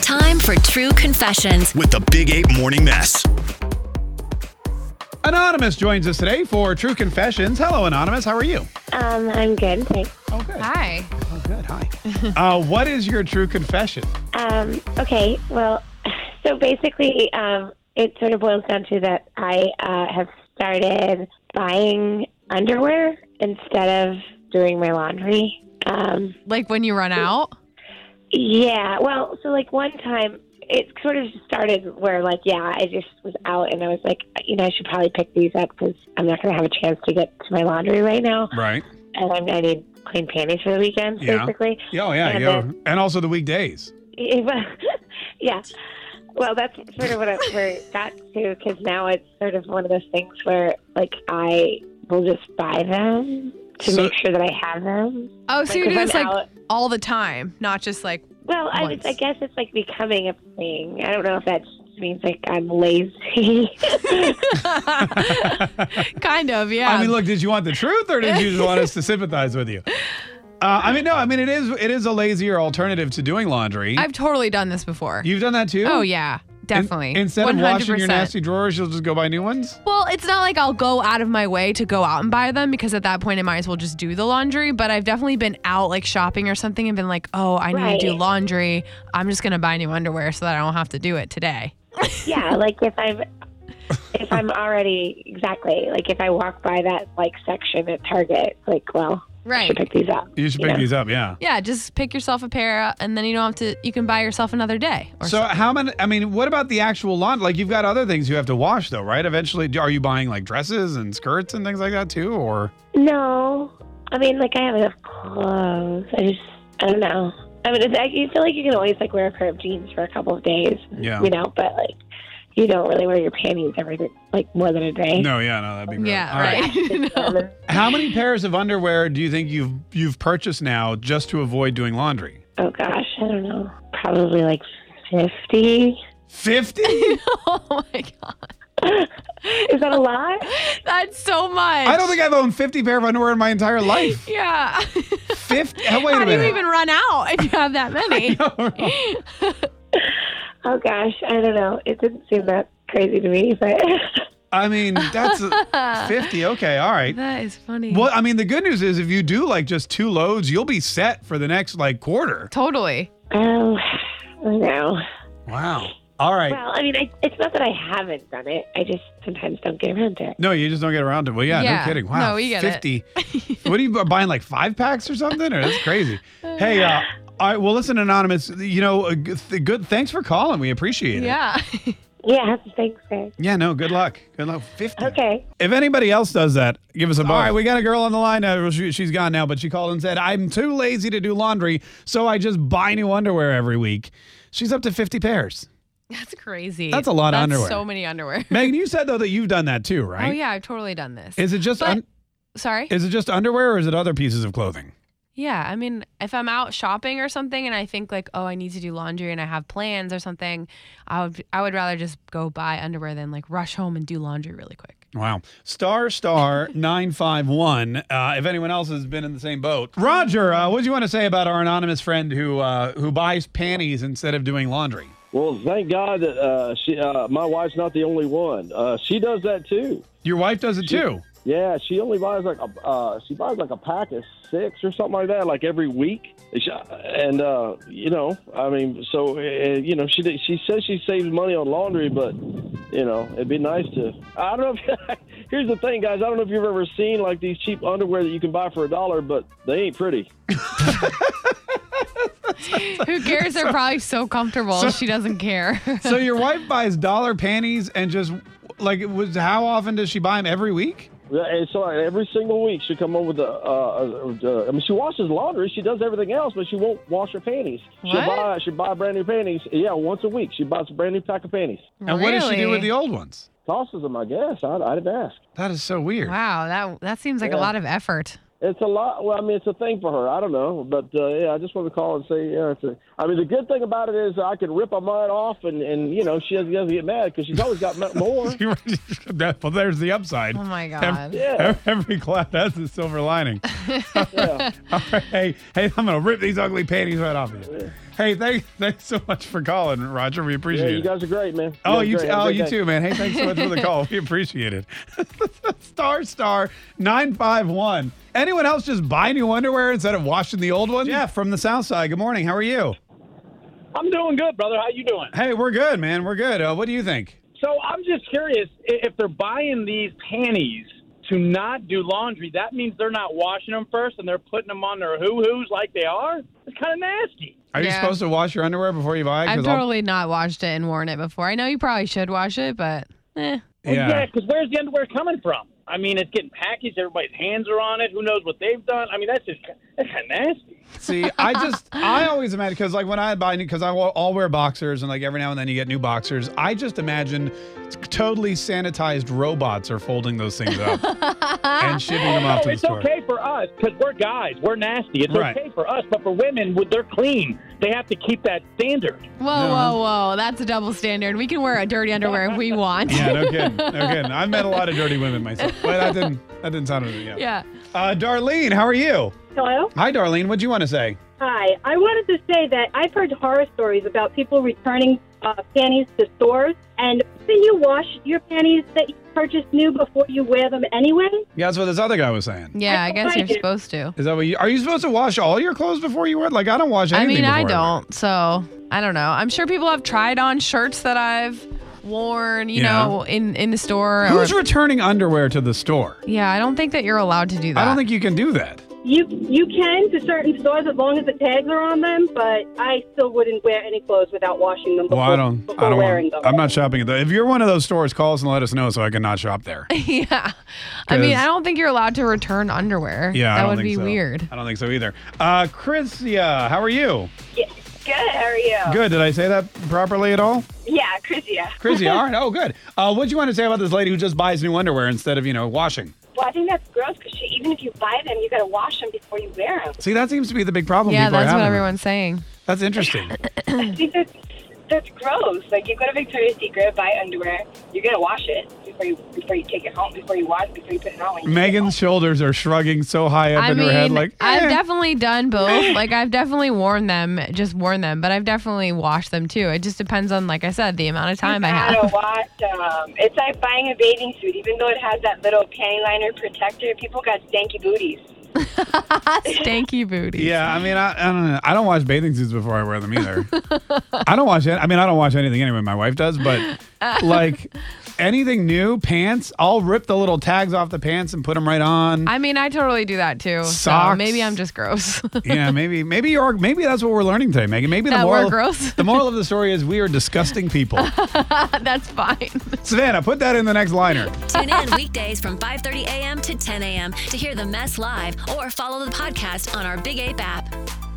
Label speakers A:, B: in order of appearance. A: time for True Confessions.
B: with the Big Eight Morning Mess.
C: Anonymous joins us today for True Confessions. Hello, Anonymous. How are you?
D: Um, I'm good, thanks.
C: Oh, good.
E: Hi.
C: Oh, good. Hi. uh, what is your true confession?
D: Um, okay, well, so basically, um, it sort of boils down to that I uh, have started buying underwear instead of doing my laundry. Um,
E: Like when you run out?
D: yeah, well, so like one time, it sort of started where like, yeah, I just was out and I was like, you know, I should probably pick these up because I'm not going to have a chance to get to my laundry right now,
C: Right.
D: and I'm, I need clean panties for the weekend,
C: Yeah.
D: basically.
C: Oh, yeah.
D: And
C: yeah.
D: then-
C: And also the weekdays.
D: Yeah, well, yeah. Well, that's sort of what I, where it got to because now it's sort of one of those things where, like, I will just buy them to
C: So-
D: make sure that I have them.
E: Oh, so you
D: if
E: do
D: I'm
E: this like
D: out-
E: all the time, not just like
D: well, I,
E: once.
D: just, I guess it's like becoming a thing. I don't know if that just means like I'm lazy.
E: kind of, yeah.
C: I mean, look, did you want the truth or did you just want us to sympathize with you? Uh, I mean, no, I mean, it is it is a lazier alternative to doing laundry.
E: I've totally done this before.
C: You've done that too?
E: oh, yeah,
C: In-
E: definitely.
C: instead of
E: 100%.
C: washing your nasty drawers, you'll just go buy new ones?
E: Well, it's not like I'll go out of my way to go out and buy them because at that point I might as well just do the laundry. But I've definitely been out like shopping or something and been like, oh, I need to do
D: Right.
E: laundry. I'm just going to buy new underwear so that I don't have to do it today.
D: yeah, like if I'm. If I'm already exactly like if I walk by that like section at Target, it's like well, I
E: Right.
D: should pick these up.
C: You should pick
D: know?
C: these up, yeah.
E: Yeah, just pick yourself a pair and then you don't have to, you can buy yourself another day. Or
C: So
E: so,
C: how many? I mean, what about the actual laundry? Like you've got other things you have to wash though, right? Eventually, are you buying like dresses and skirts and things like that too, or
D: No, I mean, like I have enough clothes. I just, I don't know. I mean, it's, I, you feel like you can always like wear a pair of jeans for a couple of days,
C: yeah?
D: you know, but like you don't really wear your panties every like more than a day.
C: No, yeah, no, that'd be great.
E: Yeah,
C: All right.
E: right. No.
D: Um,
C: How many pairs of underwear do you think you've you've purchased now just to avoid doing laundry?
D: oh gosh, I don't know. Probably like fifty.
C: Fifty?
E: oh my God.
D: Is that a lot?
E: That's so much.
C: I don't think I've owned fifty pair of underwear in my entire life.
E: Yeah.
C: Fifty? Oh, wait
E: How
C: a
E: do you
C: minute.
E: even run out if you have that many?
D: Oh gosh, I don't know. It didn't seem that crazy to me, but
C: I mean, that's fifty. Okay, all right.
E: Uh, That is funny.
C: Well, I mean, the good news is if you do like just two loads, you'll be set for the next like quarter.
E: Totally.
D: oh, no.
C: Wow. All right.
D: Well, I mean, I, it's not that I haven't done it. I just sometimes don't get around to it.
C: No, you just don't get around to it. Well, yeah,
E: Yeah.
C: no kidding. Wow.
E: No, we get it.
C: 50. what are you bu- buying, like five packs or something? Or that's crazy. hey, uh, all right. Well, listen, Anonymous, you know, a good, th- good. Thanks for calling. We appreciate it.
E: Yeah.
D: Yeah, thanks, guys.
C: Yeah, no, good luck. Good luck. 50.
D: Okay.
C: If anybody else does that, give us a buzz. All right, we got a girl on the line. Uh, she, she's gone now, but she called and said, I'm too lazy to do laundry, so I just buy new underwear every week. She's up to 50 pairs.
E: That's crazy.
C: That's a lot of
E: That's
C: underwear.
E: So many underwear.
C: Megan, you said, though, that you've done that too, right?
E: Oh yeah, I've totally done this.
C: Is it just
E: But-
C: un-
E: Sorry.
C: is it just underwear or is it other pieces of clothing?
E: yeah, I mean, if I'm out shopping or something, and I think like, oh, I need to do laundry, and I have plans or something, I would I would rather just go buy underwear than like rush home and do laundry really quick.
C: Wow. Star star 951. Uh, if anyone else has been in the same boat. Roger, uh, what do you want to say about our anonymous friend who uh, who buys panties instead of doing laundry?
F: Well, thank God that uh, she, uh, my wife's not the only one. Uh, she does that too.
C: Your wife does it too.
F: Yeah, she only buys like a uh, she buys like a pack of six or something like that, like every week. She- And uh, you know, I mean, so uh, you know, she she says she saves money on laundry, but you know, it'd be nice to. I don't know. If, here's the thing, guys. I don't know if you've ever seen like these cheap underwear that you can buy for a dollar, but they ain't pretty.
E: Who cares? They're probably so comfortable. she doesn't care.
C: So your wife buys dollar panties and just like it was how often does she buy them every week?
F: Yeah, And so every single week she come over with the. Uh, uh, uh, I mean, she washes laundry. She does everything else, but she won't wash her panties. She'll
E: What?
F: buy she buy brand new panties. Yeah, once a week she buys a brand new pack of panties.
C: And what does she do with the old ones?
F: Tosses them, I guess. I, I didn't ask.
C: That is so weird.
E: Wow, that that seems like a
F: Yeah.
E: lot of effort.
F: It's a lot. Well, I mean, it's a thing for her. I don't know, but uh, yeah, I just want to call and say, yeah. It's a, I mean, the good thing about it is I can rip my mind off, and and you know she doesn't, doesn't get mad because she's always got m- more.
C: That- well, there's the upside.
E: Oh my god.
C: Every-
F: Yeah.
C: Every cloud has a silver lining.
F: Yeah.
C: All right, hey, hey, I'm gonna rip these ugly panties right off of you. Hey, thank, thanks so much for calling, Roger. We
F: Yeah,
C: appreciate
F: you
C: it.
F: guys are great, man.
C: Oh,
F: guys
C: you,
F: are great. Have a
C: oh,
F: great
C: you
F: day.
C: too, man. Hey, thanks so much for the call. We appreciate it. star star nine five one. Anyone else just buy new underwear instead of washing the old ones? Jeff from the South Side. Good morning. How are you?
G: I'm doing good, brother. How you doing?
C: Hey, we're good, man. We're good. Uh, what do you think?
G: So I'm just curious i- if they're buying these panties to not do laundry. That means they're not washing them first and they're putting them on their hoo hoos like they are. It's kind of nasty.
C: Are you
E: Yeah.
C: supposed to wash your underwear before you buy? it?
E: I've
C: 'Cause I'll-
E: totally not washed it and worn it before. I know you probably should wash it, but eh.
C: Yeah.
G: because where's the underwear coming from? I mean, it's getting packaged. Everybody's hands are on it. Who knows what they've done? I mean, that's just that's kind of nasty.
C: See, I just, I always imagine, because like when I buy new, because I will all wear boxers and like every now and then you get new boxers. I just imagine totally sanitized robots are folding those things up and shipping them
G: No,
C: off to the
G: it's
C: store.
G: okay for us because we're guys. We're nasty. It's
C: Right.
G: okay for us, but for women, w- they're clean. They have to keep that standard.
E: whoa, whoa, whoa. That's a double standard. We can wear a dirty underwear if we want.
C: Yeah, no kidding, no kidding. I've met a lot of dirty women myself, but that didn't, that didn't sound anything. Yeah.
E: yeah.
C: Uh, Darlene, how are you?
H: Hello?
C: Hi, Darlene. What'd you want to say?
H: Hi. I wanted to say that I've heard horror stories about people returning uh, panties to stores, and then you wash your panties that you purchased new before you wear them anyway.
C: Yeah, that's what this other guy was saying.
E: Yeah, I
H: I
E: guess
H: like
E: you're
H: it.
E: supposed to.
C: Is that what you are you supposed to wash all your clothes before you wear? it? Like I don't wash
E: I
C: anything.
E: mean, I
C: before wear it.
E: don't. So I don't know. I'm sure people have tried on shirts that I've worn, you
C: Yeah.
E: know, in, in the store. or-
C: Who's returning underwear to the store?
E: yeah, I don't think that you're allowed to do that.
C: I don't think you can do that.
H: You you can to certain stores as long as the tags are on them, but I still wouldn't wear any clothes without washing them
C: Well,
H: before,
C: I don't.
H: before
C: I don't.
H: wearing
C: Want,
H: them.
C: I'm not shopping at that. If you're one of those stores, call us and let us know so I can not shop there.
E: yeah. I mean,
C: 'Cause-
E: I don't think you're allowed to return underwear.
C: Yeah, I
E: That
C: don't
E: would
C: think
E: be
C: so.
E: weird.
C: I don't think so either. Uh, Chrisia, how are you?
H: Good, how are you?
C: Good. Did I say that properly at all?
H: Yeah, Chrisia.
C: Chrisia, all right. Oh, good. Uh, what do you want to say about this lady who just buys new underwear instead of you know washing?
H: Well, I think that's gross because even if you buy them, you got to wash them before you wear them.
C: See, that seems to be the big problem.
E: Yeah,
C: people are
E: that's what
C: having.
E: everyone's saying.
C: That's interesting.
H: I think that's, that's gross. Like, you go to Victoria's Secret, buy underwear, you're going to wash it before you before you take it home, before you wash, before you put it on.
C: Megan's shoulders are shrugging so high up
E: I
C: in
E: mean,
C: her head, like eh.
E: I've definitely done both. Like, I've definitely worn them, just worn them, but I've definitely washed them too. It just depends on, like I said, the amount of time I
H: gotta
E: have.
H: watch. Um, it's like buying a bathing suit, even though it has that little panty liner protector. People got stanky booties.
E: Stanky booty.
C: Yeah, I mean, I, I don't know. I don't wash bathing suits before I wear them either. I don't wash it. I mean, I don't wash anything anyway. My wife does, but like anything new, pants, I'll rip the little tags off the pants and put them right on.
E: I mean, I totally do that too. So
C: Socks.
E: maybe I'm just gross.
C: yeah, maybe, maybe you're, maybe that's what we're learning today, Megan. Maybe the
E: That we're
C: moral,
E: gross?
C: the moral of the story is we are disgusting people.
E: That's fine.
C: Savannah, put that in the next liner.
A: Tune in weekdays from 5:30 a.m. to 10 a.m. to hear the mess live or follow the podcast on our Big Ape app.